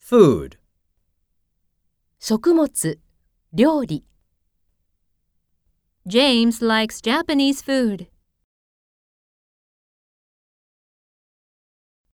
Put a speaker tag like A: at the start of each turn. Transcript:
A: Food.
B: 食物、料理。
C: James likes Japanese food.